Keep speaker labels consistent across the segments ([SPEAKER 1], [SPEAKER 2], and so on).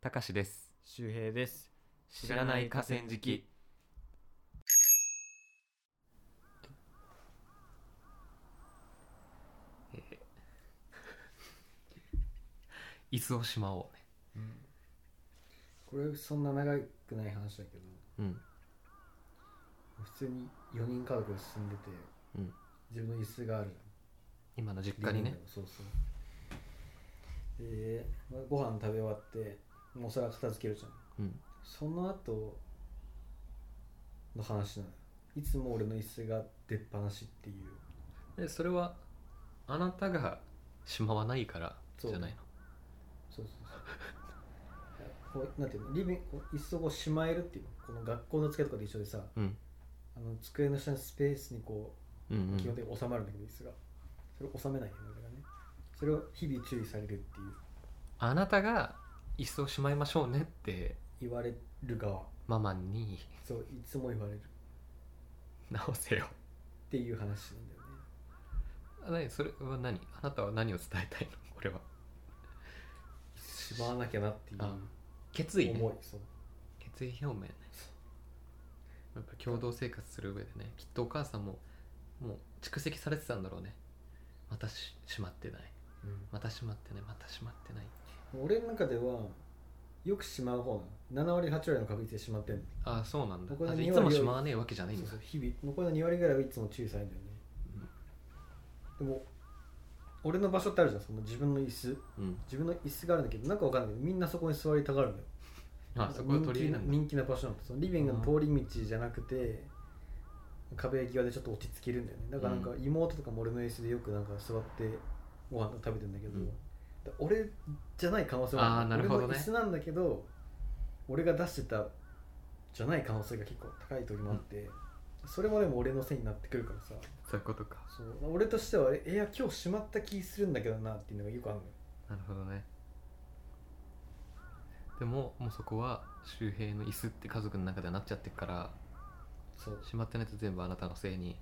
[SPEAKER 1] たかしです
[SPEAKER 2] 周平です
[SPEAKER 1] 知らない河川敷えー伊豆大島をね
[SPEAKER 3] これそんな長くない話だけ
[SPEAKER 1] う
[SPEAKER 3] ど
[SPEAKER 1] ん
[SPEAKER 3] 普通に4人家族が進んでて
[SPEAKER 1] うん
[SPEAKER 3] 自分の椅子があるじゃん
[SPEAKER 1] 今の実家にね
[SPEAKER 3] そうそうで、まあ、ご飯食べ終わってもうそれは片付けるじゃ
[SPEAKER 1] う
[SPEAKER 3] ん
[SPEAKER 1] ん
[SPEAKER 3] その後の話なのよいつも俺の椅子が出っ放しっていう
[SPEAKER 1] でそれはあなたがしまわないからじゃないの
[SPEAKER 3] そうそうそう こうなんていうのリビングこう椅子をこうしまえるっていうのこの学校の机とかで一緒でさ
[SPEAKER 1] うん
[SPEAKER 3] あの机の下のスペースにこ
[SPEAKER 1] うんう
[SPEAKER 3] うん基本的に収まるんだけど椅子が、それを収めないよね俺がねそれを日々注意されるっていう
[SPEAKER 1] あなたが椅子をしまいましょうねって
[SPEAKER 3] 言われる側
[SPEAKER 1] ママに
[SPEAKER 3] そういつも言われる
[SPEAKER 1] 直せ よ
[SPEAKER 3] っていう話なんだよね
[SPEAKER 1] あ何それは何あなたは何を伝えたいのこれは
[SPEAKER 3] しまわなきゃなっていう
[SPEAKER 1] あ
[SPEAKER 3] 思
[SPEAKER 1] 決意、
[SPEAKER 3] い
[SPEAKER 1] ね、
[SPEAKER 3] そう
[SPEAKER 1] 決意表明ねやっぱ共同生活する上でねきっとお母さんももう蓄積されてたんだろうねまたししまってないまたしまってないまたしまってない
[SPEAKER 3] 俺の中ではよくしまう方なの7割8割の確率でしまってんの
[SPEAKER 1] ああそうなんだ
[SPEAKER 3] 僕は
[SPEAKER 1] あじゃあ
[SPEAKER 3] 二
[SPEAKER 1] いつも
[SPEAKER 3] 割
[SPEAKER 1] しまわねえわけじゃないんだ
[SPEAKER 3] そうそう日々残りの2割ぐらいはいつも注意されるんだよね、でも俺の場所ってあるじゃんその自分の椅子
[SPEAKER 1] うん
[SPEAKER 3] 自分の椅子があるんだけどなんかわかんないけどみんなそこに座りたがるんだよ
[SPEAKER 1] あそこは取り入れなん
[SPEAKER 3] 人気な
[SPEAKER 1] だ
[SPEAKER 3] 人気な場所なんだそのリビングの通り道じゃなくて、壁際でちょっと落ち着けるんだよねだからなんか
[SPEAKER 1] う
[SPEAKER 3] 妹とかも俺の椅子でよくなんか座ってご飯食べてんだけど、
[SPEAKER 1] うん
[SPEAKER 3] だ俺じゃない可能性も
[SPEAKER 1] あーなるほどね
[SPEAKER 3] 俺の椅子なんだけど俺が出してたじゃない可能性が結構高い時もあって、それもでも俺のせいになってくるからさ
[SPEAKER 1] そういうことか
[SPEAKER 3] そう俺としてはえいや今日しまった気するんだけどなっていうのがよくあるのよ
[SPEAKER 1] なるほどねでももうそこは周平の椅子って家族の中ではなっちゃってるから
[SPEAKER 3] そう
[SPEAKER 1] しまってないと全部あなたのせいに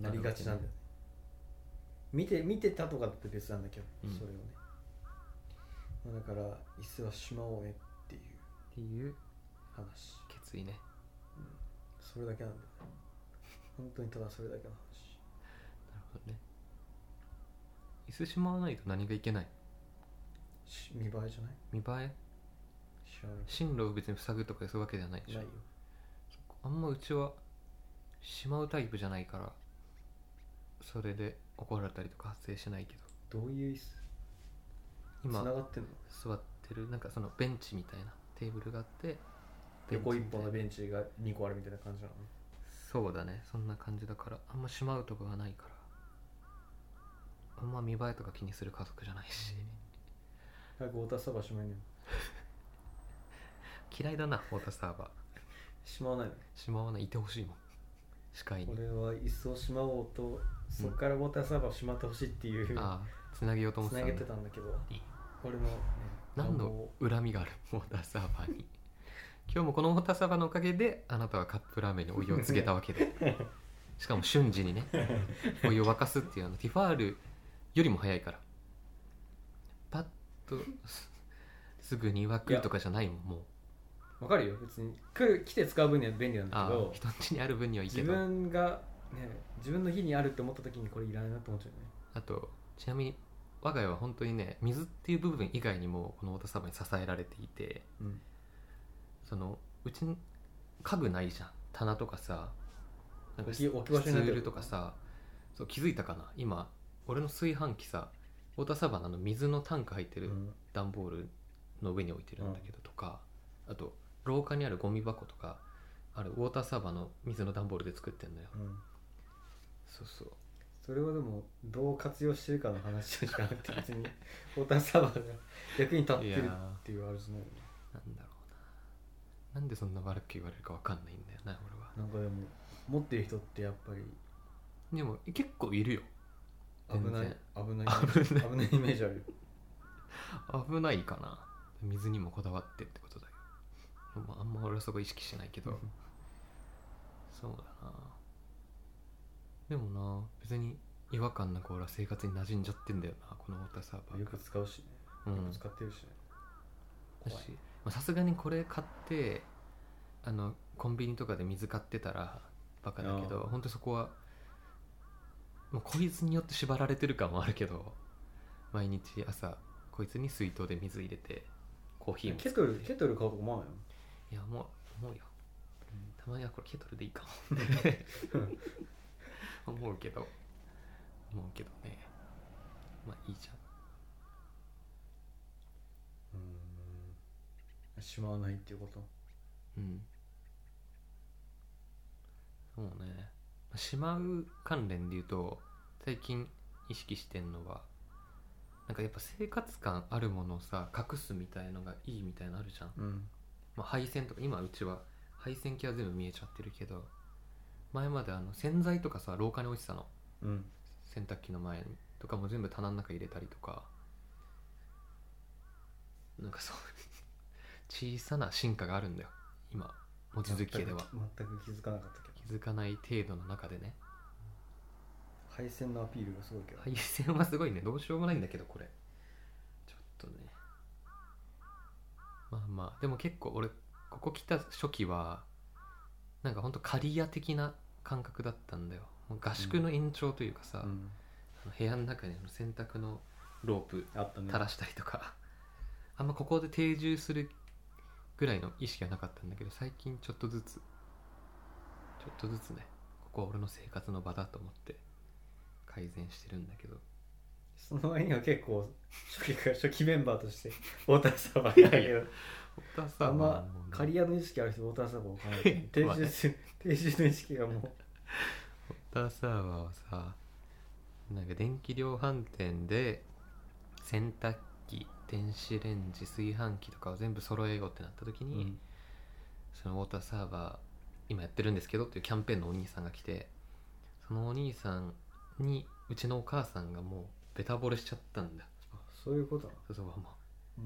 [SPEAKER 3] なりがちなんだよね見て見てたとかだって別なんだけど、
[SPEAKER 1] うん
[SPEAKER 3] それをねまあだから椅子はしまおうねっていう
[SPEAKER 1] っていう
[SPEAKER 3] 話
[SPEAKER 1] 決意ね
[SPEAKER 3] それだけなんだよね本当にただそれだけの話
[SPEAKER 1] なるほどね椅子しまわないと何がいけない
[SPEAKER 3] し見栄えじゃない
[SPEAKER 1] 見栄え
[SPEAKER 3] 知らない
[SPEAKER 1] 進路を別に塞ぐとかそういうわけじゃないでしょ
[SPEAKER 3] ないよ
[SPEAKER 1] あんまうちはしまうタイプじゃないからそれで怒られたりとか発生しないけど
[SPEAKER 3] どういう椅子つな
[SPEAKER 1] 今
[SPEAKER 3] がってんの
[SPEAKER 1] 座ってるなんかそのベンチみたいなテーブルがあって
[SPEAKER 3] 横一
[SPEAKER 1] ベンチみたい
[SPEAKER 3] 本
[SPEAKER 1] な
[SPEAKER 3] のベンチが2個あるみたいな感じなの
[SPEAKER 1] そうだねそんな感じだからあんましまうとこがないからあんま見栄えとか気にする家族じゃないし
[SPEAKER 3] 早くウォーターサーバーしまいね
[SPEAKER 1] 嫌いだなウォーターサーバー
[SPEAKER 3] しまわないの
[SPEAKER 1] しまわないいてほしいもん視界に
[SPEAKER 3] 俺は椅子をしまおうとそこからウォーターサーバーをしまってほしいっていう、
[SPEAKER 1] ああつなげようと思っ
[SPEAKER 3] つ
[SPEAKER 1] て
[SPEAKER 3] な
[SPEAKER 1] た
[SPEAKER 3] げ
[SPEAKER 1] ん
[SPEAKER 3] て
[SPEAKER 1] だ
[SPEAKER 3] たんだけど
[SPEAKER 1] いい
[SPEAKER 3] 俺の、ね、
[SPEAKER 1] 何
[SPEAKER 3] 願望
[SPEAKER 1] の
[SPEAKER 3] を
[SPEAKER 1] 恨みがある ウォーターサーバーに今日もこのウォーターサーバーのおかげであなたはカップラーメンにお湯をつけたわけで しかも瞬時にねお湯を沸かすっていうあのティファールよりも早いからパッとすすぐに沸くとかじゃないもんもう
[SPEAKER 3] わかるよ別に来る来て使う分には便利なんだ
[SPEAKER 1] あ
[SPEAKER 3] け
[SPEAKER 1] あ
[SPEAKER 3] ど
[SPEAKER 1] 人んちにある分にはいい
[SPEAKER 3] 自
[SPEAKER 1] けど
[SPEAKER 3] 分が、ね、自分の日にあるって思った時にこれいらないなと思っちゃうよね
[SPEAKER 1] あとちなみに我が家は本当にね水っていう部分以外にもこのウォーターサーバーに支えられていて
[SPEAKER 3] うん
[SPEAKER 1] そのうち家具ないじゃん棚とかさなんか
[SPEAKER 3] 置
[SPEAKER 1] ス
[SPEAKER 3] き置き場所
[SPEAKER 1] ツ
[SPEAKER 3] になって
[SPEAKER 1] ー
[SPEAKER 3] る
[SPEAKER 1] ルとかさそう気づいたかな今俺の炊飯器さウォーターサーバーのあの水のタンク入って
[SPEAKER 3] う
[SPEAKER 1] る
[SPEAKER 3] ん
[SPEAKER 1] 段ボールの上に置いてるんだけどとか、あと廊下にあるゴミ箱とかあるウォーターサーバーの水の段ボールで作ってんのよ、
[SPEAKER 3] うん
[SPEAKER 1] そうそう
[SPEAKER 3] それはでもどう活用してるかの話じゃなくて別に ウォーターサーバーが役に立ってるっていうあれじゃないよね
[SPEAKER 1] なんだろうななんでそんな悪く言われるかわかんないんだよな俺は
[SPEAKER 3] なんかでも持ってる人ってやっぱり
[SPEAKER 1] でも結構いるよ
[SPEAKER 3] 危な
[SPEAKER 1] 全
[SPEAKER 3] い危ない
[SPEAKER 1] 危ない
[SPEAKER 3] 危ないイメージあるよ
[SPEAKER 1] 危ないかな水にもこだわってってことだよでもあんま俺はそこ意識しないけどそうだなでもな別に違和感なく俺は生活に馴染んじゃってんだよなこのウォーターサーバー
[SPEAKER 3] よく使うしね
[SPEAKER 1] う
[SPEAKER 3] よ
[SPEAKER 1] ん
[SPEAKER 3] く使ってるしね
[SPEAKER 1] だ
[SPEAKER 3] 怖い
[SPEAKER 1] し、ままあさすがにこれ買ってあのコンビニとかで水買ってたらバカだけど本当そこはもうこいつによって縛られてる感もあるけど毎日朝こいつに水筒で水入れてコーヒーも
[SPEAKER 3] ケトルケトル買うとこも
[SPEAKER 1] いやもう思うよ、たまにはこれケトルでいいか
[SPEAKER 3] あるよ
[SPEAKER 1] も思うけど思うけどねまあいいじゃん
[SPEAKER 3] うんしまわないっていうこと
[SPEAKER 1] うんそうねまあしまう関連で言うと最近意識してんのはなんかやっぱ生活感あるものをさ隠すみたいのがいいみたいのあるじゃん、
[SPEAKER 3] うん
[SPEAKER 1] まあ、配線とか今うちは配線系は全部見えちゃってるけど前まであの洗剤とかさ廊下に落ちてたの
[SPEAKER 3] うん
[SPEAKER 1] 洗濯機の前にとかも全部棚の中入れたりとかなんかそう 小さな進化があるんだよ今望月家では
[SPEAKER 3] 全く気づかなかったけど
[SPEAKER 1] 気づかない程度の中でね
[SPEAKER 3] 配線のアピールがすごいけど、
[SPEAKER 1] 配線はすごいねどうしようもないんだけどこれちょっとねまあまあでも結構俺ここ来た初期はなんかほんと刈り屋的な感覚だったんだよもう合宿の延長というかさ、
[SPEAKER 3] うん
[SPEAKER 1] あの部屋の中にあの洗濯のロープ
[SPEAKER 3] あったね
[SPEAKER 1] 垂らしたりとか、 あんまここで定住するぐらいの意識はなかったんだけど最近ちょっとずつちょっとずつねここは俺の生活の場だと思って改善してるんだけど
[SPEAKER 3] その割には結構初期から 初期メンバー としてウォーターサーバーやけど
[SPEAKER 1] お母
[SPEAKER 3] あ
[SPEAKER 1] さ
[SPEAKER 3] ん
[SPEAKER 1] んは
[SPEAKER 3] ま
[SPEAKER 1] もうね
[SPEAKER 3] 刈谷の意識ある人ウォーターサーバー置かないから定
[SPEAKER 1] まあ
[SPEAKER 3] 住
[SPEAKER 1] ね
[SPEAKER 3] する定住の意識がもう
[SPEAKER 1] ウォーターサーバーはさなんか電気量販店で洗濯機電子レンジ炊飯器とかを全部揃えようってなった時に、そのウォーターサーバー今やってるんですけどっていうキャンペーンのお兄さんが来てそのお兄さんにうちのお母さんがもうベタ惚れしちゃったんだ
[SPEAKER 3] あそういうことな
[SPEAKER 1] そうそうまあ
[SPEAKER 3] の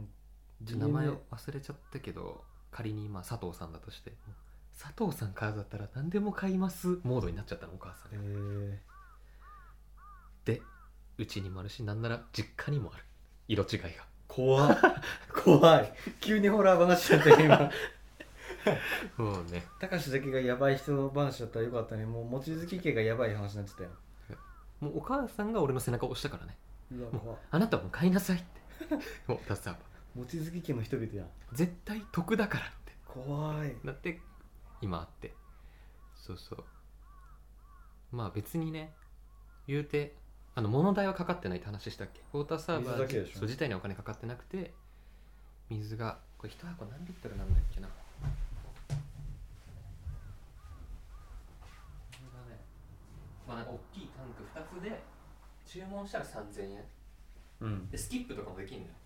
[SPEAKER 3] もう
[SPEAKER 1] ちょっと名前を忘れちゃったけど仮に今佐藤さんだとして佐藤さんからだったら何でも買いますモードになっちゃったのお母さん
[SPEAKER 3] え
[SPEAKER 1] が
[SPEAKER 3] ー、
[SPEAKER 1] でうちにもあるしなんなら実家にもある色違いが
[SPEAKER 3] 怖い怖い急にホラー話だったよ今
[SPEAKER 1] もうね
[SPEAKER 3] 高橋だけがやばい人の話だったらよかったねもう望月家がやばい話になってたよ
[SPEAKER 1] もうお母さんが俺の背中を押したからね
[SPEAKER 3] うわ
[SPEAKER 1] も
[SPEAKER 3] 怖い
[SPEAKER 1] あなたも買いな さいってもうだってさ
[SPEAKER 3] 望月家の人々やん
[SPEAKER 1] 絶対得だからって
[SPEAKER 3] 怖い
[SPEAKER 1] なって今あってそうそうまあ別にね言うてあの物代はかかってないって話したっけウォーターサーバ
[SPEAKER 3] 水だけ
[SPEAKER 1] ー
[SPEAKER 3] でしょ
[SPEAKER 1] そう自体にはお金かかってなくて水がこれ1箱何リットルなんだっけなこれがねまあなんか大きいタンク2つで注文したら3000円
[SPEAKER 3] うん
[SPEAKER 1] でスキップとかもできるんだよ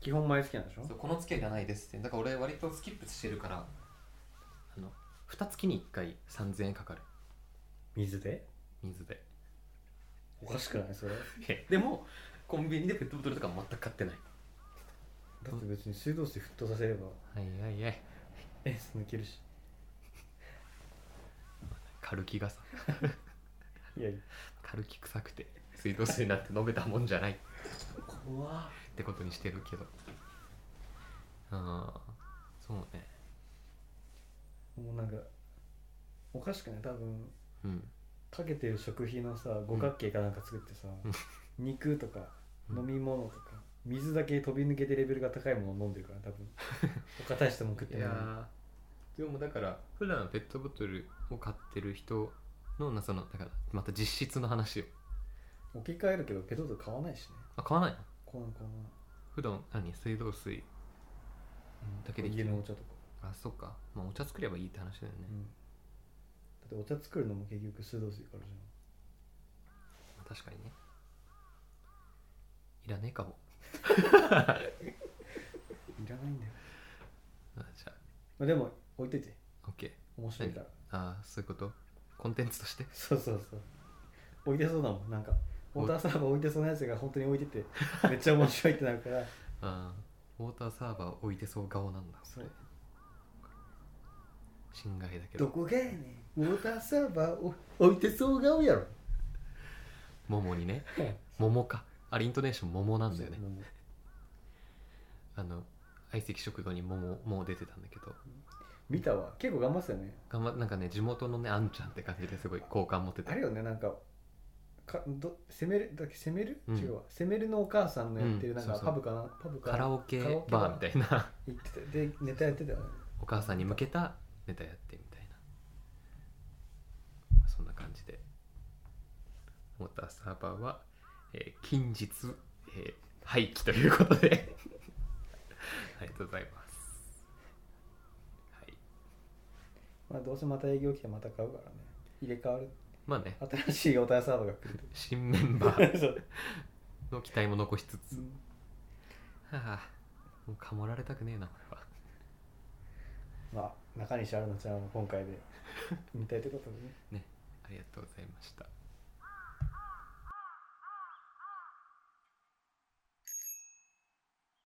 [SPEAKER 3] 基本毎月なんでしょ
[SPEAKER 1] そうこの月がないですってだから俺割とスキップしてるからあの2月に1回3000円かかる
[SPEAKER 3] 水で
[SPEAKER 1] 水で
[SPEAKER 3] おかしくな いそれだ
[SPEAKER 1] でもコンビニでペットボトルとか全く買ってない
[SPEAKER 3] って別に水道水沸騰させれば
[SPEAKER 1] はいはいはい
[SPEAKER 3] エンス抜けるし
[SPEAKER 1] 軽気がさ
[SPEAKER 3] いや
[SPEAKER 1] 軽気臭くて水道水なんて飲めたもんじゃないっ
[SPEAKER 3] 怖い
[SPEAKER 1] てことにしてるけどああそうね
[SPEAKER 3] もうなんかおかしくない多分
[SPEAKER 1] うん
[SPEAKER 3] かけてる食費のさ五角形かなんか作ってさ、 肉とか
[SPEAKER 1] うん
[SPEAKER 3] 飲み物とか水だけ飛び抜けてレベルが高いものを飲んでるから多 分他大したもん食って
[SPEAKER 1] い
[SPEAKER 3] ない
[SPEAKER 1] やーでもだから普段ペットボトルを買ってる人のなそのだからまた実質の話を
[SPEAKER 3] 置き換えるけどペットボトル買わないしね
[SPEAKER 1] あ買わないの
[SPEAKER 3] このこの
[SPEAKER 1] 普段何水道水だけでいけ
[SPEAKER 3] 家
[SPEAKER 1] る
[SPEAKER 3] のお茶とか、
[SPEAKER 1] あそっかまあお茶作ればいいって話だよね
[SPEAKER 3] う、んだってお茶作るのも結局水道水からじ
[SPEAKER 1] まあ確かにねいらねえかも
[SPEAKER 3] ゃんいらないんだよ、
[SPEAKER 1] あじゃ
[SPEAKER 3] まあ、でも置いといて
[SPEAKER 1] あ OK
[SPEAKER 3] 面白いから
[SPEAKER 1] ああそういうことコンテンツとして
[SPEAKER 3] そうそうそう置いてそうだもんなんかウォーターサーバー置いてそうなやつが本当に置いてて めっちゃ面白いってなるから
[SPEAKER 1] ああウォーターサーバー置いてそう顔なんだ
[SPEAKER 3] そう
[SPEAKER 1] 心外だけ
[SPEAKER 3] ど
[SPEAKER 1] ど
[SPEAKER 3] こがやねんウォーターサーバーを置いてそう顔やろ
[SPEAKER 1] 桃にね桃かあれイントネーション桃なんだよね
[SPEAKER 3] そう
[SPEAKER 1] あの相席食堂にもももう出てたんだけど
[SPEAKER 3] 見たわ結構頑張ってたよね
[SPEAKER 1] 頑張なんかね地元のねあんちゃんって感じですごい好感持ってた
[SPEAKER 3] あれよねなんかかど攻めるだっけ攻める、
[SPEAKER 1] うん
[SPEAKER 3] 違うわ攻めるのお母さんのやって
[SPEAKER 1] う
[SPEAKER 3] る
[SPEAKER 1] ん
[SPEAKER 3] なんか、
[SPEAKER 1] そうそう
[SPEAKER 3] パブかなパブか
[SPEAKER 1] カラオケバーみたいな
[SPEAKER 3] 行ってたでネタやってたよね
[SPEAKER 1] お母さんに向けたネタやってみたいなそんな感じでモーターサーバーは、えー近日、えー廃棄ということで ありがとうございますはい
[SPEAKER 3] まあどうせまた営業来てまた買うからね入れ替わる
[SPEAKER 1] まあね
[SPEAKER 3] 新しいお便りサーバーが来る
[SPEAKER 1] 新メンバー
[SPEAKER 3] そう
[SPEAKER 1] の期待も残しつつ
[SPEAKER 3] う
[SPEAKER 1] は
[SPEAKER 3] ん
[SPEAKER 1] あもうかもられたくねえな俺は
[SPEAKER 3] まあ中西アルナちゃんは今回で引退ということでね
[SPEAKER 1] ありがとうございました